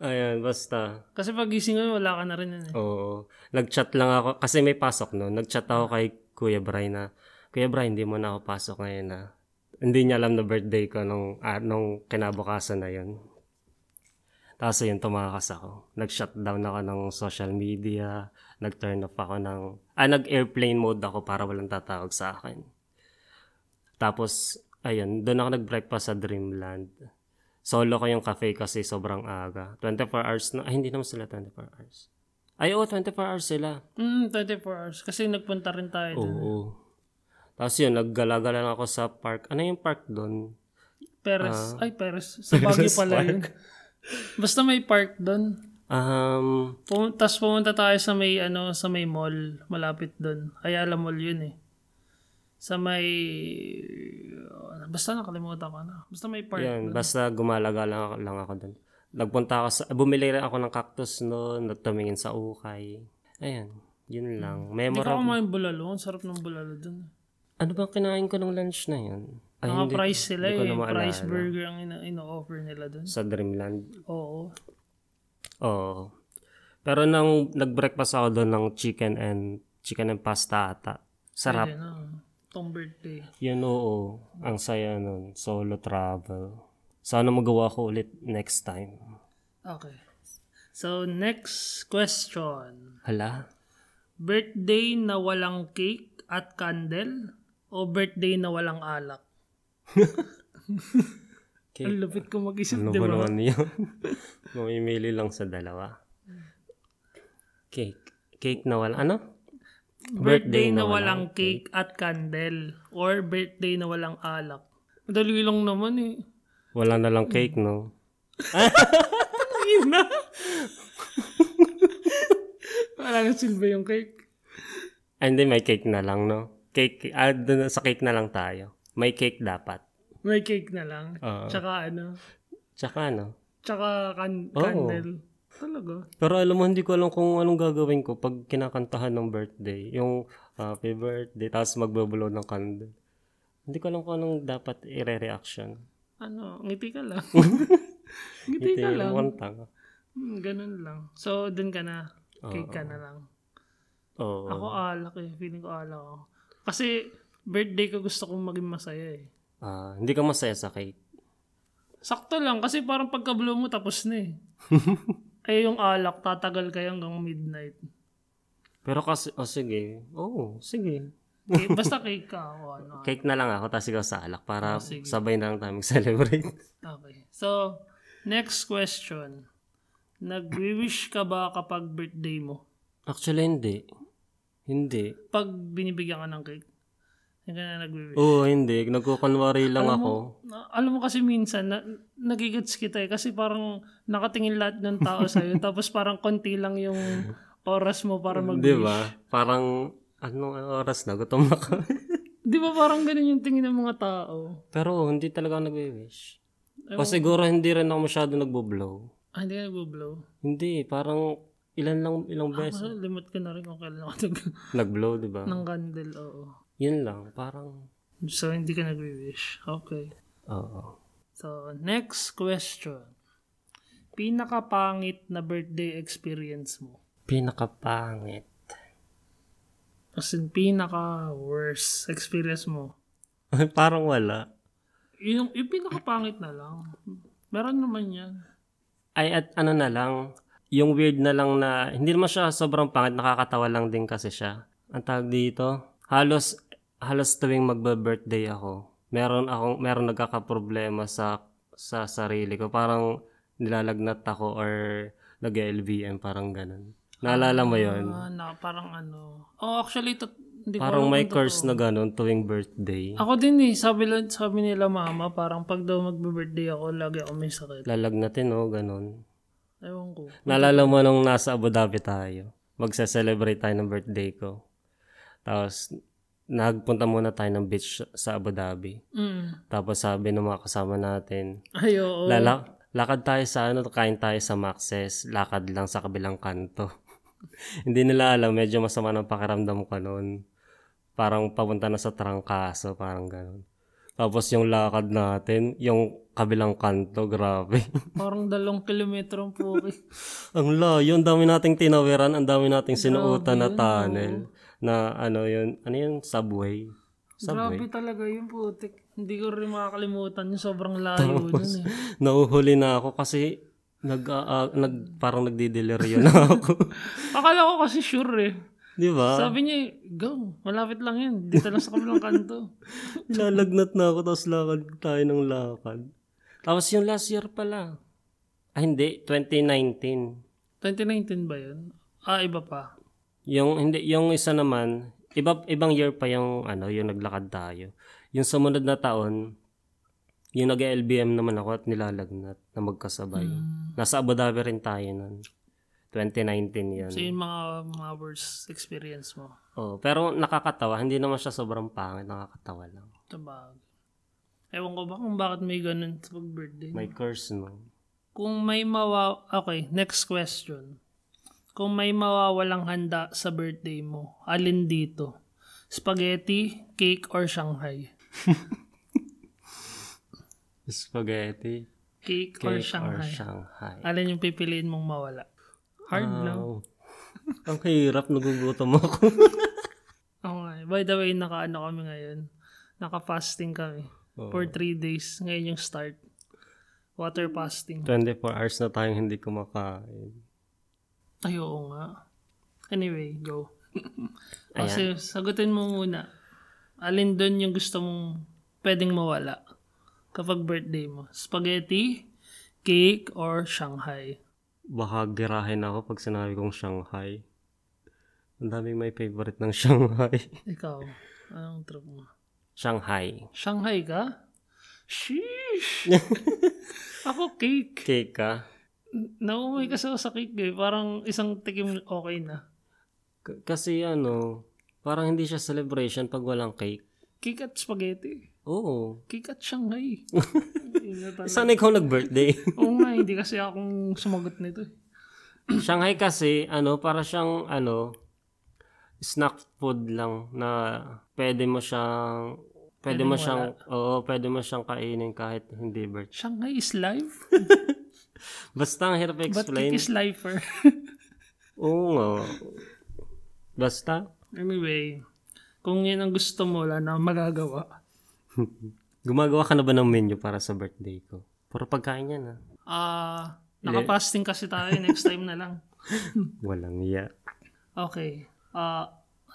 [SPEAKER 2] Ayan, basta.
[SPEAKER 1] Kasi pag gising mo, wala ka na rin yun eh.
[SPEAKER 2] Oo. Nag-chat lang ako. Kasi may pasok no. Nag-chat ako kay Kuya Brian na, Kuya Brian, hindi mo na ako pasok ngayon na. Hindi niya alam na birthday ko nung, ah, nung kinabukasan na yun. Tapos yun, tumakas ako. Nag-shutdown ako ng social media. Nag-turn off ako ng... Ah, nag-airplane mode ako para walang tatawag sa akin. Tapos, ayun, doon ako nag-breakfast sa Dreamland. Solo ko yung cafe kasi sobrang aga. 24 hours na... Ay, hindi naman sila 24 hours. Ay, oo, 24 hours sila.
[SPEAKER 1] Mm, 24 hours. Kasi nagpunta rin tayo dun.
[SPEAKER 2] Oo. Tapos yun, naggalagala lang ako sa park. Ano yung park doon?
[SPEAKER 1] Perez.
[SPEAKER 2] Ah.
[SPEAKER 1] ay, Perez. Sa Baguio
[SPEAKER 2] Perez
[SPEAKER 1] pala yun. Basta may park dun.
[SPEAKER 2] Um,
[SPEAKER 1] Pum- Tapos pumunta tayo sa may ano sa may mall malapit doon. Ayala Mall 'yun eh. Sa may basta nakalimutan ko na. Basta may park.
[SPEAKER 2] Yan, basta gumalaga lang, ako- lang ako doon. Nagpunta ako sa, bumili rin ako ng cactus noon, nagtumingin sa ukay. Ayan, yun
[SPEAKER 1] Hindi
[SPEAKER 2] lang.
[SPEAKER 1] ko
[SPEAKER 2] Memorable.
[SPEAKER 1] kumain bulalo. Ang sarap ng bulalo doon.
[SPEAKER 2] Ano bang kinain ko ng lunch na yun? Ay,
[SPEAKER 1] Mga
[SPEAKER 2] hindi-
[SPEAKER 1] price sila
[SPEAKER 2] hindi ko
[SPEAKER 1] eh.
[SPEAKER 2] na maalala.
[SPEAKER 1] Price burger ang ino- ino-offer nila doon.
[SPEAKER 2] Sa Dreamland.
[SPEAKER 1] Oo.
[SPEAKER 2] Oo. Pero nang nag-breakfast ako doon ng chicken and chicken and pasta ata. Sarap.
[SPEAKER 1] Yun na. Tong birthday.
[SPEAKER 2] Yun oo. Ang saya nun. Solo travel. Sana magawa ko ulit next time.
[SPEAKER 1] Okay. So next question.
[SPEAKER 2] Hala?
[SPEAKER 1] Birthday na walang cake at candle o birthday na walang alak?
[SPEAKER 2] Cake.
[SPEAKER 1] Ang lupit ko mag-isip,
[SPEAKER 2] Ano
[SPEAKER 1] di
[SPEAKER 2] ba
[SPEAKER 1] ba?
[SPEAKER 2] naman yun? Mamimili lang sa dalawa. Cake. Cake na wala. Ano?
[SPEAKER 1] Birthday na walang cake at candle or birthday na walang alak. Madali lang naman eh.
[SPEAKER 2] Wala na lang cake, no?
[SPEAKER 1] Ina! Wala nang silbi yung cake.
[SPEAKER 2] Ah, hindi, may cake na lang, no? Cake, ah, dun- sa cake na lang tayo. May cake dapat.
[SPEAKER 1] May cake na lang.
[SPEAKER 2] Oo.
[SPEAKER 1] Tsaka ano,
[SPEAKER 2] Tsaka, ano? no?
[SPEAKER 1] tsaka can-
[SPEAKER 2] Oo.
[SPEAKER 1] candle. Talaga.
[SPEAKER 2] Pero alam mo, hindi ko alam kung anong gagawin ko pag kinakantahan ng birthday. Yung ah, happy birthday, tapos magbablow ng candle. Hindi ko alam kung anong dapat i-reaction.
[SPEAKER 1] Ano, ngiti ka lang.
[SPEAKER 2] Hindi
[SPEAKER 1] ngiti ka lang.
[SPEAKER 2] Mukhang tanga.
[SPEAKER 1] Hmm, ganun lang. So, dun ka na. Cake ka na lang.
[SPEAKER 2] Oo.
[SPEAKER 1] Ako alak eh. Feeling ko alak ako. Kasi, birthday ko gusto kong maging masaya eh.
[SPEAKER 2] Ah, hindi ka masaya sa cake.
[SPEAKER 1] Sakto lang kasi parang pagka-blow mo tapos na eh. Ay yung alak, tatagal kayo hanggang midnight.
[SPEAKER 2] Pero kasi, oh sige. Oo, sige.
[SPEAKER 1] Okay, basta cake ka ako. Ano,
[SPEAKER 2] Cake na lang ako, tapos ikaw sa alak para
[SPEAKER 1] Oh, sige.
[SPEAKER 2] sabay na lang tayo mag-celebrate.
[SPEAKER 1] Okay. So, next question. Nag-wish ka ba kapag birthday mo?
[SPEAKER 2] Actually, hindi. Hindi.
[SPEAKER 1] Pag binibigyan ka ng cake? Hindi ka na nag-wish.
[SPEAKER 2] Oo, hindi. Nagkukunwari lang
[SPEAKER 1] Alam
[SPEAKER 2] ako.
[SPEAKER 1] mo- na- alam mo kasi minsan, na, nagigits kita eh. Kasi parang nakatingin lahat ng tao sa'yo. tapos parang konti lang yung oras mo para mag
[SPEAKER 2] Di ba? Parang, anong oras na? Gutom na ka.
[SPEAKER 1] Di ba parang ganun yung tingin ng mga tao?
[SPEAKER 2] Pero hindi talaga ako nagwe-wish.
[SPEAKER 1] Ewan
[SPEAKER 2] O siguro hindi rin ako masyado nagbo-blow.
[SPEAKER 1] Ah, hindi ka nag-blow.
[SPEAKER 2] Hindi, parang ilan lang, ilang beses.
[SPEAKER 1] Parang Ah, limot ka na rin kung kailan ako nag-
[SPEAKER 2] Nag-blow, di ba?
[SPEAKER 1] ng candle, oo.
[SPEAKER 2] Yun lang, parang,
[SPEAKER 1] So, hindi ka nag-wish. Okay.
[SPEAKER 2] oo.
[SPEAKER 1] So, next question. Pinakapangit na birthday experience mo?
[SPEAKER 2] Pinakapangit.
[SPEAKER 1] As in, pinaka-worst experience mo?
[SPEAKER 2] parang wala.
[SPEAKER 1] Yung, yung pinakapangit na lang. Meron naman yan.
[SPEAKER 2] Ay, at ano na lang, yung weird na lang na, hindi naman siya sobrang pangit, nakakatawa lang din kasi siya. Ang tawag dito, halos, halos tuwing magbe-birthday ako, meron akong, meron nagkakaproblema sa, sa sarili ko. Parang nilalagnat ako or nag-LVM, parang ganun. Naalala mo yon
[SPEAKER 1] Ah, na, parang ano. Oh, actually, tot- hindi ko
[SPEAKER 2] Parang
[SPEAKER 1] alam
[SPEAKER 2] may
[SPEAKER 1] kung totoo.
[SPEAKER 2] curse na ganun tuwing birthday.
[SPEAKER 1] Ako din eh, sabi, lang- sabi nila mama, parang pag daw magbe-birthday ako, lagi ako may sakit.
[SPEAKER 2] Lalagnatin, oh, ganun.
[SPEAKER 1] Ewan ko.
[SPEAKER 2] Naalala mo nung nasa Abu Dhabi tayo, magsa-celebrate tayo ng birthday ko. Tapos, nagpunta muna tayo ng beach sa Abu Dhabi.
[SPEAKER 1] Mm.
[SPEAKER 2] Tapos sabi ng mga kasama natin,
[SPEAKER 1] Ay, oo.
[SPEAKER 2] lala, lakad tayo sa ano, kain tayo sa Maxes, lakad lang sa kabilang kanto. Hindi nila alam, medyo masama ng pakiramdam ko noon. Parang papunta na sa trangkaso, parang ganun. Tapos yung lakad natin, yung kabilang kanto, grabe.
[SPEAKER 1] Parang dalawang kilometro ang puki.
[SPEAKER 2] Ang layo, ang dami nating tinawiran, ang dami nating sinuutan na
[SPEAKER 1] yun,
[SPEAKER 2] tunnel na ano yun, ano yun, subway.
[SPEAKER 1] Grabe
[SPEAKER 2] Subway.
[SPEAKER 1] talaga yung putik. Hindi ko rin makakalimutan yung sobrang layo nun eh.
[SPEAKER 2] Nauhuli na ako kasi nag, ah, ah, nag parang nagdideliryo na ako.
[SPEAKER 1] Akala ko kasi sure eh.
[SPEAKER 2] Di ba?
[SPEAKER 1] Sabi niya, eh, go, malapit lang yan. Dito lang sa kabilang kanto.
[SPEAKER 2] Lalagnat na ako tapos lakad tayo ng lakad. Tapos yung last year pala. Ah, hindi, 2019.
[SPEAKER 1] 2019 ba yun? Ah, iba pa.
[SPEAKER 2] Yung hindi yung isa naman, iba ibang year pa yung ano, yung naglakad tayo. Yung sumunod na taon, yung nag-LBM naman ako at nilalagnat na magkasabay.
[SPEAKER 1] Hmm.
[SPEAKER 2] Nasa Abu Dhabi rin tayo nun. 2019 yan.
[SPEAKER 1] So, yung mga, mga worst experience mo.
[SPEAKER 2] Oh, pero nakakatawa, hindi naman siya sobrang pangit, nakakatawa lang.
[SPEAKER 1] Tabag. Ewan ko ba kung bakit may ganun sa pag-birthday.
[SPEAKER 2] May curse no.
[SPEAKER 1] Kung may mawa... Okay, next question. Kung may mawawalang handa sa birthday mo, alin dito? Spaghetti, cake, or Shanghai?
[SPEAKER 2] Spaghetti
[SPEAKER 1] Cake, or
[SPEAKER 2] cake or
[SPEAKER 1] Shanghai?
[SPEAKER 2] Shanghai. Ah.
[SPEAKER 1] Alin yung pipiliin mong mawala? Hard, no?
[SPEAKER 2] Wow. Ang hirap, nagugutom ako.
[SPEAKER 1] Okay. eh. By the way, naka-ano kami ngayon. Naka-fasting kami. For three days. Ngayon yung start. Water fasting.
[SPEAKER 2] 24 Oh, hours na tayong hindi kumakain.
[SPEAKER 1] Ay, oo nga. Anyway, go. O, sis, sagutin mo muna. Alin doon yung gusto mong pwedeng mawala kapag birthday mo? Spaghetti, cake, or Shanghai?
[SPEAKER 2] Baka girahin ako pag sinabi kong Shanghai. Ang daming may favorite ng Shanghai.
[SPEAKER 1] Ikaw, anong trip mo?
[SPEAKER 2] Shanghai.
[SPEAKER 1] Shanghai ka? Sheesh! Ako cake.
[SPEAKER 2] Cake ka?
[SPEAKER 1] Naumay kasi ako sa cake eh. Parang isang tikim okay na.
[SPEAKER 2] K- kasi ano, parang hindi siya celebration pag walang cake.
[SPEAKER 1] Cake at spaghetti.
[SPEAKER 2] Oo.
[SPEAKER 1] Cake at Shanghai. ah.
[SPEAKER 2] Sana ikaw nag-birthday.
[SPEAKER 1] Oo nga, hindi kasi akong sumagot nito eh.
[SPEAKER 2] Shanghai kasi, ano, para siyang, ano, snack food lang na pwede mo siyang, pwede,
[SPEAKER 1] Pwedeng
[SPEAKER 2] mo siyang, oo, pwede mo siyang kainin kahit hindi birthday.
[SPEAKER 1] Shanghai is life?
[SPEAKER 2] Basta ang hirap
[SPEAKER 1] But
[SPEAKER 2] explain.
[SPEAKER 1] cake is lifer.
[SPEAKER 2] Oo nga. Basta,
[SPEAKER 1] anyway, kung yun ang gusto mo, wala na akong magagawa.
[SPEAKER 2] gumagawa ka na ba ng menu para sa birthday ko? Puro pagkain yan, ha?
[SPEAKER 1] Ah, nakapasting kasi tayo. eh, Next time na lang.
[SPEAKER 2] Walang iya.
[SPEAKER 1] Okay. Uh,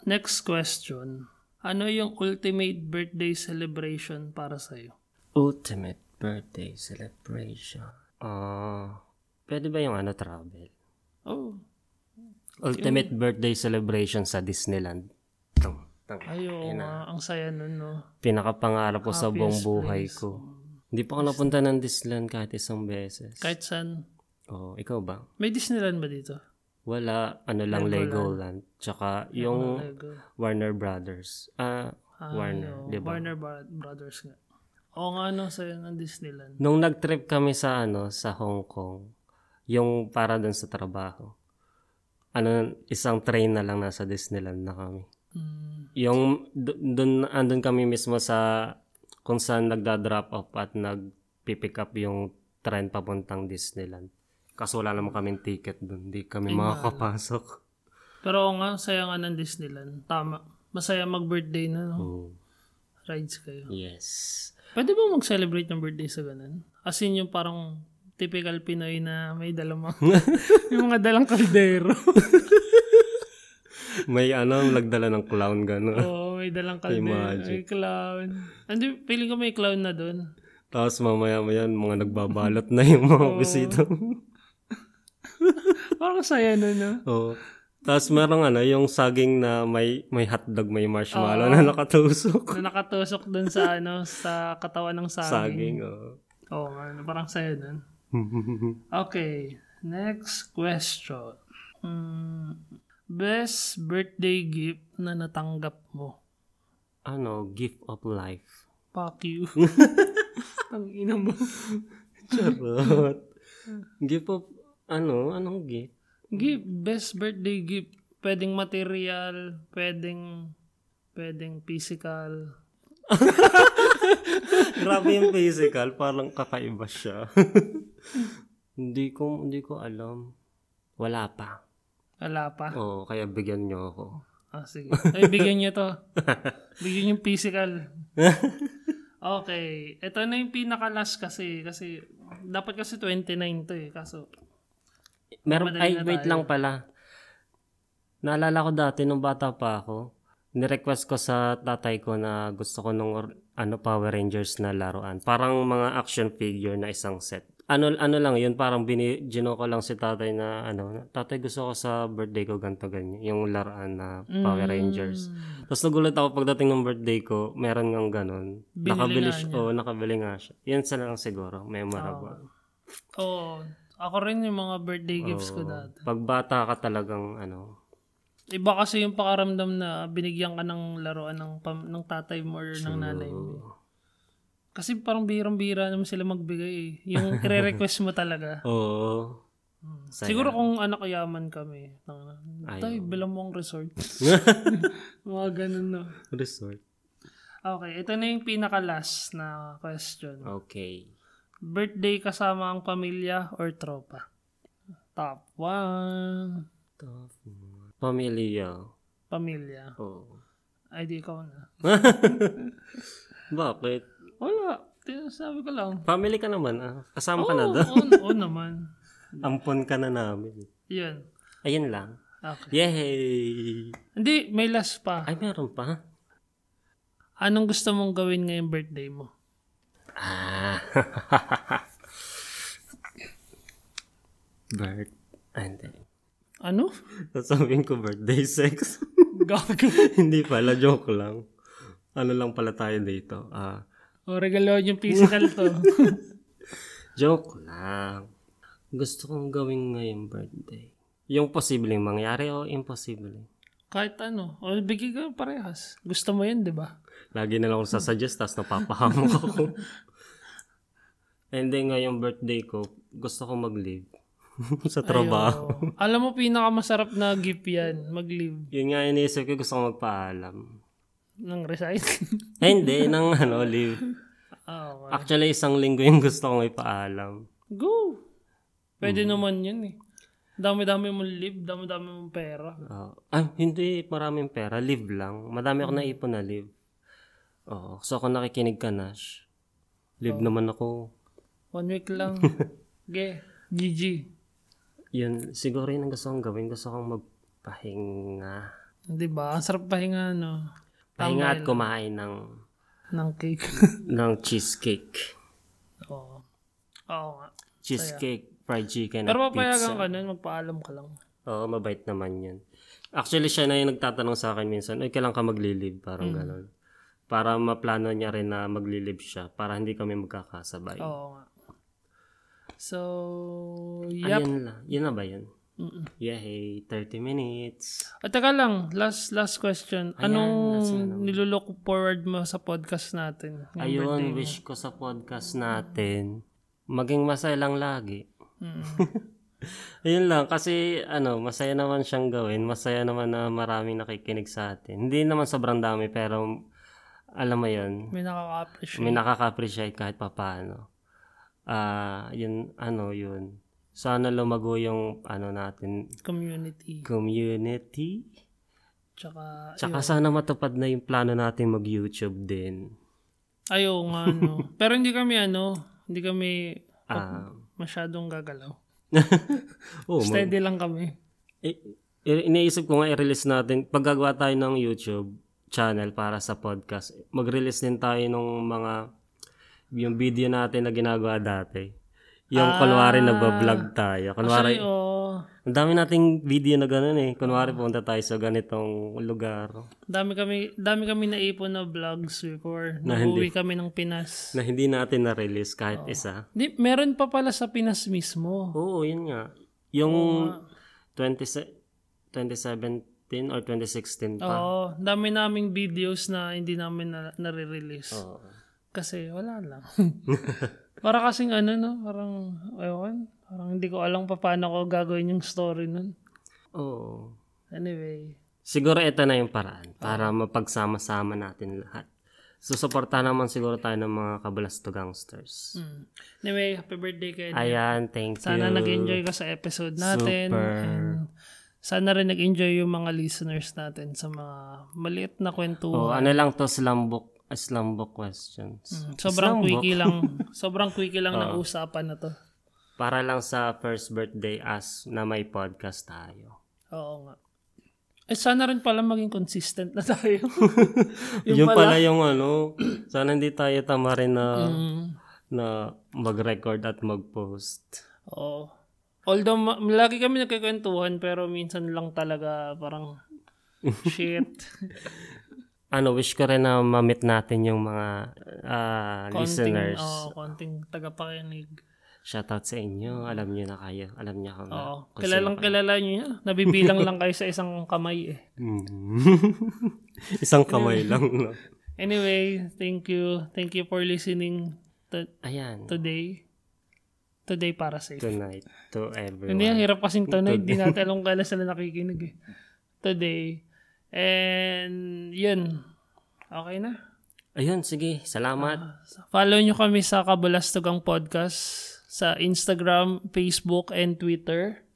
[SPEAKER 1] next question. Ano yung ultimate birthday celebration para sa'yo?
[SPEAKER 2] Ultimate birthday celebration. Ah, pwede ba yung ano, travel?
[SPEAKER 1] Oh,
[SPEAKER 2] Ultimate birthday celebration sa Disneyland. Tang, tang.
[SPEAKER 1] ayo nga. Ang saya nun, no?
[SPEAKER 2] Pinakapangarap ko sa buong
[SPEAKER 1] Happiest
[SPEAKER 2] buhay
[SPEAKER 1] place.
[SPEAKER 2] ko. Hindi pa ako napunta ng Disneyland kahit isang beses.
[SPEAKER 1] Kahit saan.
[SPEAKER 2] Oo, ikaw ba?
[SPEAKER 1] May Disneyland ba dito?
[SPEAKER 2] Wala, ano lang, Legoland. Tsaka yung
[SPEAKER 1] Lego.
[SPEAKER 2] Warner Brothers. Ah,
[SPEAKER 1] Ayo,
[SPEAKER 2] Warner, di ba?
[SPEAKER 1] Warner Bro- Brothers nga. Oo nga, no? Saya ng Disneyland.
[SPEAKER 2] Nung nag-trip kami sa ano, sa Hong Kong, yung para dun sa trabaho. Ano, isang train na lang nasa Disneyland na kami.
[SPEAKER 1] Mm,
[SPEAKER 2] Yung d- doon andun kami mismo sa kung saan nagda-drop off at nag-pick up yung train papuntang Disneyland. Kaso wala naman kaming ticket doon, hindi kami
[SPEAKER 1] Ay,
[SPEAKER 2] makakapasok.
[SPEAKER 1] Pero oo nga, saya nga ng Disneyland. Tama. Masaya mag-birthday na, no?
[SPEAKER 2] Mm.
[SPEAKER 1] Rides kayo.
[SPEAKER 2] Yes.
[SPEAKER 1] Pwede ba mag-celebrate ng birthday sa ganun? As in yung parang typical Pinoy na may dalamang, yung mga dalang kaldero.
[SPEAKER 2] May ano, nagdala ng clown gano'n.
[SPEAKER 1] Oo, may dalang kaldero. May
[SPEAKER 2] magic.
[SPEAKER 1] clown. Andi, feeling ko may clown na doon.
[SPEAKER 2] Tapos mamaya-maya, mga nagbabalot na yung mga bisita.
[SPEAKER 1] Parang saya nun, no?
[SPEAKER 2] Oo. Tapos merong ano, yung saging na may may hotdog, may marshmallow na nakatusok.
[SPEAKER 1] Na nakatusok doon sa ano, sa katawan ng saging.
[SPEAKER 2] Saging, oo.
[SPEAKER 1] Oo, nga, parang saya nun. Okay, next question. Mm, best birthday gift na natanggap mo?
[SPEAKER 2] ano, gift of life.
[SPEAKER 1] Fuck you. Ang ina mo.
[SPEAKER 2] Charot. gift of, ano, anong gift?
[SPEAKER 1] Gift, best birthday gift. Pwedeng material, pwedeng, pwedeng physical.
[SPEAKER 2] Grabe yung physical, parang kakaiba siya. hindi ko, hindi ko alam. Wala pa.
[SPEAKER 1] Wala pa.
[SPEAKER 2] Oo, kaya bigyan niyo ako.
[SPEAKER 1] Ah, sige. Ay, bigyan niyo to. Bigyan yung physical. Okay. Ito na yung pinaka-last kasi. Kasi, dapat kasi 29 to eh. Kaso,
[SPEAKER 2] Meron,
[SPEAKER 1] Madali
[SPEAKER 2] ay,
[SPEAKER 1] na
[SPEAKER 2] wait
[SPEAKER 1] tayo.
[SPEAKER 2] lang pala. Naalala ko dati nung bata pa ako, nirequest ko sa tatay ko na gusto ko nung or- ano Power Rangers na laruan. Parang mga action figure na isang set. Ano ano lang yun, parang bini, gino ko lang si tatay na ano, tatay gusto ko sa birthday ko ganto ganyan, yung laruan na Power
[SPEAKER 1] Mm.
[SPEAKER 2] Rangers. Tapos nagulat ako pagdating ng birthday ko, meron ngang ganun.
[SPEAKER 1] Binili
[SPEAKER 2] nakabili
[SPEAKER 1] nga
[SPEAKER 2] siya,
[SPEAKER 1] niya.
[SPEAKER 2] oo, nakabili nga siya. Yan sa lang siguro, memorable.
[SPEAKER 1] oo. ako rin yung mga birthday gifts ko
[SPEAKER 2] Oo.
[SPEAKER 1] dati.
[SPEAKER 2] Pag bata ka talagang ano,
[SPEAKER 1] Iba kasi yung pakaramdam na binigyan ka ng laruan ng, pam- ng tatay mo or ng nanay mo. Kasi parang birang-bira naman sila magbigay eh. Yung i-request mo talaga.
[SPEAKER 2] Oo. Hmm, Sayang.
[SPEAKER 1] Siguro kung anak yaman kami. tanga na,
[SPEAKER 2] Ayaw.
[SPEAKER 1] Tay, bilang mo ang resort. Mga ganun no.
[SPEAKER 2] Resort.
[SPEAKER 1] Okay, ito na yung pinaka-last na question.
[SPEAKER 2] Okay.
[SPEAKER 1] Birthday kasama ang pamilya or tropa? Top 1.
[SPEAKER 2] Tough. Pamilya.
[SPEAKER 1] Pamilya.
[SPEAKER 2] Oo.
[SPEAKER 1] Ay, di ikaw na.
[SPEAKER 2] Bakit?
[SPEAKER 1] Wala. Sabi ko lang.
[SPEAKER 2] Family ka naman ah. Kasama ka na
[SPEAKER 1] Oo,
[SPEAKER 2] doon.
[SPEAKER 1] oo, oo naman.
[SPEAKER 2] Ampon ka na namin.
[SPEAKER 1] Yun.
[SPEAKER 2] Ayun lang.
[SPEAKER 1] Okay.
[SPEAKER 2] Yay!
[SPEAKER 1] Hindi, may last pa.
[SPEAKER 2] Ay, meron pa.
[SPEAKER 1] Anong gusto mong gawin ngayong birthday mo?
[SPEAKER 2] Ah. Bird. Ay, Ah, hindi.
[SPEAKER 1] Ano?
[SPEAKER 2] Sasabihin ko birthday sex.
[SPEAKER 1] Gago.
[SPEAKER 2] hindi pala, joke lang. Ano lang pala tayo dito. Ah,
[SPEAKER 1] o regaloan yung physical to.
[SPEAKER 2] joke lang. Gusto kong gawin ngayong birthday. Yung posibleng mangyari o imposible.
[SPEAKER 1] Kahit ano. O bigay ko parehas. Gusto mo yun, di ba?
[SPEAKER 2] Lagi na lang akong sasuggest, tapos napapahamak ako. And then ngayong birthday ko, gusto ko mag-leave sa trabaho.
[SPEAKER 1] Ayaw. Alam mo, pinakamasarap na gift yan. Mag-leave.
[SPEAKER 2] Yun nga iniisip ko, gusto ko magpaalam.
[SPEAKER 1] Ng resign.
[SPEAKER 2] Eh, hindi, nang ano, leave.
[SPEAKER 1] oh,
[SPEAKER 2] Actually, isang linggo yung gusto kong ipaalam.
[SPEAKER 1] Go! Pwede
[SPEAKER 2] Mm.
[SPEAKER 1] naman yun eh. Dami-dami mong live, dami-dami mong pera.
[SPEAKER 2] Ah, ay, hindi, maraming pera. Leave lang. Madami ako naipon na leave. Oo, so kung nakikinig ka, Nash, leave naman ako.
[SPEAKER 1] One week lang. Ge, GG.
[SPEAKER 2] Yun, siguro yun ang gusto kong gawin. Gusto kong magpahinga.
[SPEAKER 1] Di ba? Diba? Ang sarap pahinga, no?
[SPEAKER 2] Pahinga at kumain ng,
[SPEAKER 1] Ng cake.
[SPEAKER 2] ng cheesecake.
[SPEAKER 1] Oo. Oo nga.
[SPEAKER 2] Cheesecake, fried chicken,
[SPEAKER 1] Pero
[SPEAKER 2] at pizza.
[SPEAKER 1] mapayagan ka nun, magpaalam ka lang.
[SPEAKER 2] Oo, mabait naman yun. Actually, siya na yung nagtatanong sa akin minsan, ay, kailan ka maglilib? Parang gano'n. Para maplano niya rin na maglilib siya para hindi kami magkakasabay.
[SPEAKER 1] Oo nga. So, yep.
[SPEAKER 2] Ayun lang. Ano Yun na ba yun?
[SPEAKER 1] Mm-mm.
[SPEAKER 2] Yay, 30 minutes.
[SPEAKER 1] At teka lang, last last question. Anong nilulook forward mo sa podcast natin? Ngayong birthday
[SPEAKER 2] Ayun,
[SPEAKER 1] mo?
[SPEAKER 2] wish ko sa podcast natin, maging masaya lang lagi.
[SPEAKER 1] Mm.
[SPEAKER 2] Ayun lang, kasi ano, masaya naman siyang gawin. Masaya naman na maraming nakikinig sa atin. Hindi naman sobrang dami, pero alam mo yun,
[SPEAKER 1] May nakaka-appreciate.
[SPEAKER 2] may nakaka-appreciate kahit papaano. Ah, yun ano yun. Sana lumago yung ano natin
[SPEAKER 1] community.
[SPEAKER 2] community.
[SPEAKER 1] Tsaka,
[SPEAKER 2] Tsaka sana matupad na yung plano natin mag-YouTube din.
[SPEAKER 1] Ayaw nga, no. Pero hindi kami, ano, hindi kami
[SPEAKER 2] Ah.
[SPEAKER 1] masyadong gagalaw.
[SPEAKER 2] oh, mag-
[SPEAKER 1] Steady lang kami.
[SPEAKER 2] i- i- iniisip ko nga i-release natin pag gagawa tayo ng YouTube channel para sa podcast. Mag-release din tayo ng mga yung video natin na ginagawa dati. Yung
[SPEAKER 1] Ah.
[SPEAKER 2] kunwari nagbablog tayo. Kunwari,
[SPEAKER 1] Actually, oh. oo.
[SPEAKER 2] Ang dami nating video na ganun eh. Kunwari punta tayo sa ganitong lugar
[SPEAKER 1] Dami kami, dami kami naipon na vlogs before.
[SPEAKER 2] Na
[SPEAKER 1] Nag-uwi kami ng Pinas.
[SPEAKER 2] na hindi natin na-release kahit isa.
[SPEAKER 1] Di, meron pa pala sa Pinas mismo.
[SPEAKER 2] Oo, yun nga. Yung 20, 2017 or 2016
[SPEAKER 1] Oo.
[SPEAKER 2] pa.
[SPEAKER 1] dami naming videos na hindi namin na, nare-release.
[SPEAKER 2] Oo.
[SPEAKER 1] Kasi wala lang. Para kasing ano, no? Parang, ayun. Parang hindi ko alam pa paano ko gagawin yung story nun.
[SPEAKER 2] Oo.
[SPEAKER 1] Anyway.
[SPEAKER 2] Siguro ito na yung paraan para mapagsama-sama natin lahat. Susuporta naman siguro tayo ng mga kabalas to gangsters.
[SPEAKER 1] Mm. Anyway, happy birthday kay
[SPEAKER 2] Ayan, thank
[SPEAKER 1] Mm. Sana
[SPEAKER 2] you.
[SPEAKER 1] nag-enjoy ka sa episode natin.
[SPEAKER 2] Super.
[SPEAKER 1] And sana rin nag-enjoy yung mga listeners natin sa mga maliit na
[SPEAKER 2] Oh,
[SPEAKER 1] kwentuhan. Mm,
[SPEAKER 2] ano lang to, slambok, slambok questions.
[SPEAKER 1] sobrang
[SPEAKER 2] Slambok.
[SPEAKER 1] quickie lang. Sobrang quickie lang ng
[SPEAKER 2] Oh.
[SPEAKER 1] usapan na to.
[SPEAKER 2] Para lang sa first birthday as na may podcast tayo.
[SPEAKER 1] Oo nga. Eh, sana rin pala maging consistent na tayo.
[SPEAKER 2] Yung, pala, yung ano, sana hindi tayo tamarin na,
[SPEAKER 1] Mm.
[SPEAKER 2] na mag-record at mag-post.
[SPEAKER 1] Oo. Although, ma- lagi kami nagkikwentuhan, pero minsan lang talaga parang shit.
[SPEAKER 2] Ano, wish ko rin na mamit natin yung mga ah,
[SPEAKER 1] konting,
[SPEAKER 2] listeners.
[SPEAKER 1] oh, konting tagapakinig.
[SPEAKER 2] Shoutout sa inyo. Alam niyo na kayo. Alam niyo ako na.
[SPEAKER 1] Oo.
[SPEAKER 2] kung
[SPEAKER 1] Kilalang
[SPEAKER 2] sino kayo.
[SPEAKER 1] kilala nyo yun. Nabibilang lang kayo sa isang kamay eh.
[SPEAKER 2] Mm. Isang kamay lang. No?
[SPEAKER 1] Anyway, thank you. Thank you for listening to-
[SPEAKER 2] Ayan.
[SPEAKER 1] today. Today para safe.
[SPEAKER 2] Tonight to everyone.
[SPEAKER 1] Hindi, ang hirap kasing tunay. Hindi natin alam kung kailan sila nakikinig eh. Today. And yun. Okay na.
[SPEAKER 2] Ayun, sige. Salamat.
[SPEAKER 1] Follow nyo kami sa Kabalastugang Podcast sa Instagram, Facebook, and Twitter.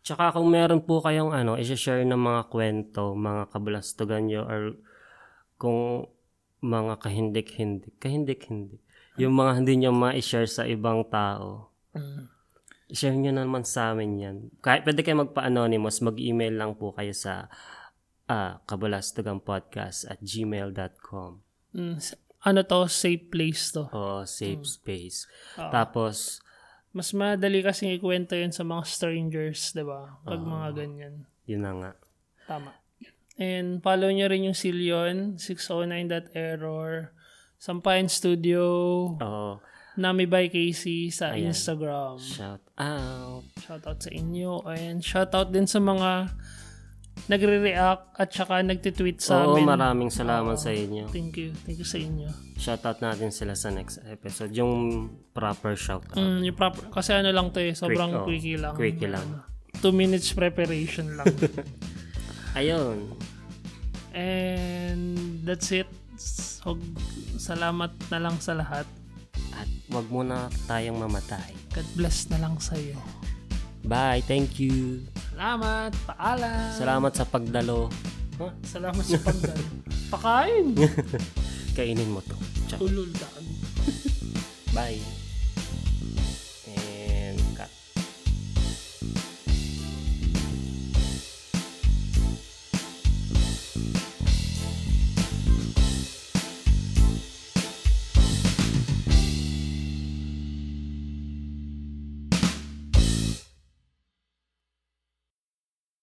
[SPEAKER 2] Tsaka kung meron po kayong ano, i-share ng mga kwento, mga kabalastugan nyo, or kung mga
[SPEAKER 1] Mm.
[SPEAKER 2] kahindik-hindik, kahindik-hindik, yung mga hindi nyo ma-share sa ibang tao, Share nyo na naman sa amin yan. Kahit pwede kayo magpa-anonymous, mag-email lang po kayo sa ah, kabalastugangpodcast at gmail.com.
[SPEAKER 1] Mm, s- ano to, safe place to.
[SPEAKER 2] O safe space.
[SPEAKER 1] Hmm. Oo.
[SPEAKER 2] Tapos,
[SPEAKER 1] Mas madali kasi ikwento yun sa mga strangers, di ba? Pag mga ganyan.
[SPEAKER 2] yun na nga.
[SPEAKER 1] Tama. And follow nyo rin yung oh Silyon, 609.error, Sampayan Studio,
[SPEAKER 2] Oo.
[SPEAKER 1] Nami by Casey sa
[SPEAKER 2] Ayan.
[SPEAKER 1] Instagram.
[SPEAKER 2] shout out.
[SPEAKER 1] Shoutout sa inyo. And shoutout din sa mga nagre-react at saka nagtitweet sa
[SPEAKER 2] Oo,
[SPEAKER 1] amin.
[SPEAKER 2] maraming salamat sa inyo.
[SPEAKER 1] Thank you. Thank you sa inyo.
[SPEAKER 2] Shout out natin sila sa next episode. Yung proper shout out.
[SPEAKER 1] Mm, yung proper, kasi ano lang to eh, sobrang
[SPEAKER 2] oh.
[SPEAKER 1] quickie lang. ano.
[SPEAKER 2] Quickie lang.
[SPEAKER 1] Two minutes preparation lang.
[SPEAKER 2] Ayun.
[SPEAKER 1] And that's it. So, salamat na lang sa lahat.
[SPEAKER 2] At wag muna tayong mamatay.
[SPEAKER 1] God bless na lang sa'yo.
[SPEAKER 2] Bye. Thank you.
[SPEAKER 1] Salamat. Paalam.
[SPEAKER 2] Salamat sa pagdalo. Huh?
[SPEAKER 1] Salamat sa pagdala. Pakain.
[SPEAKER 2] Kainin mo to. Ciao.
[SPEAKER 1] Tulul ka.
[SPEAKER 2] Bye.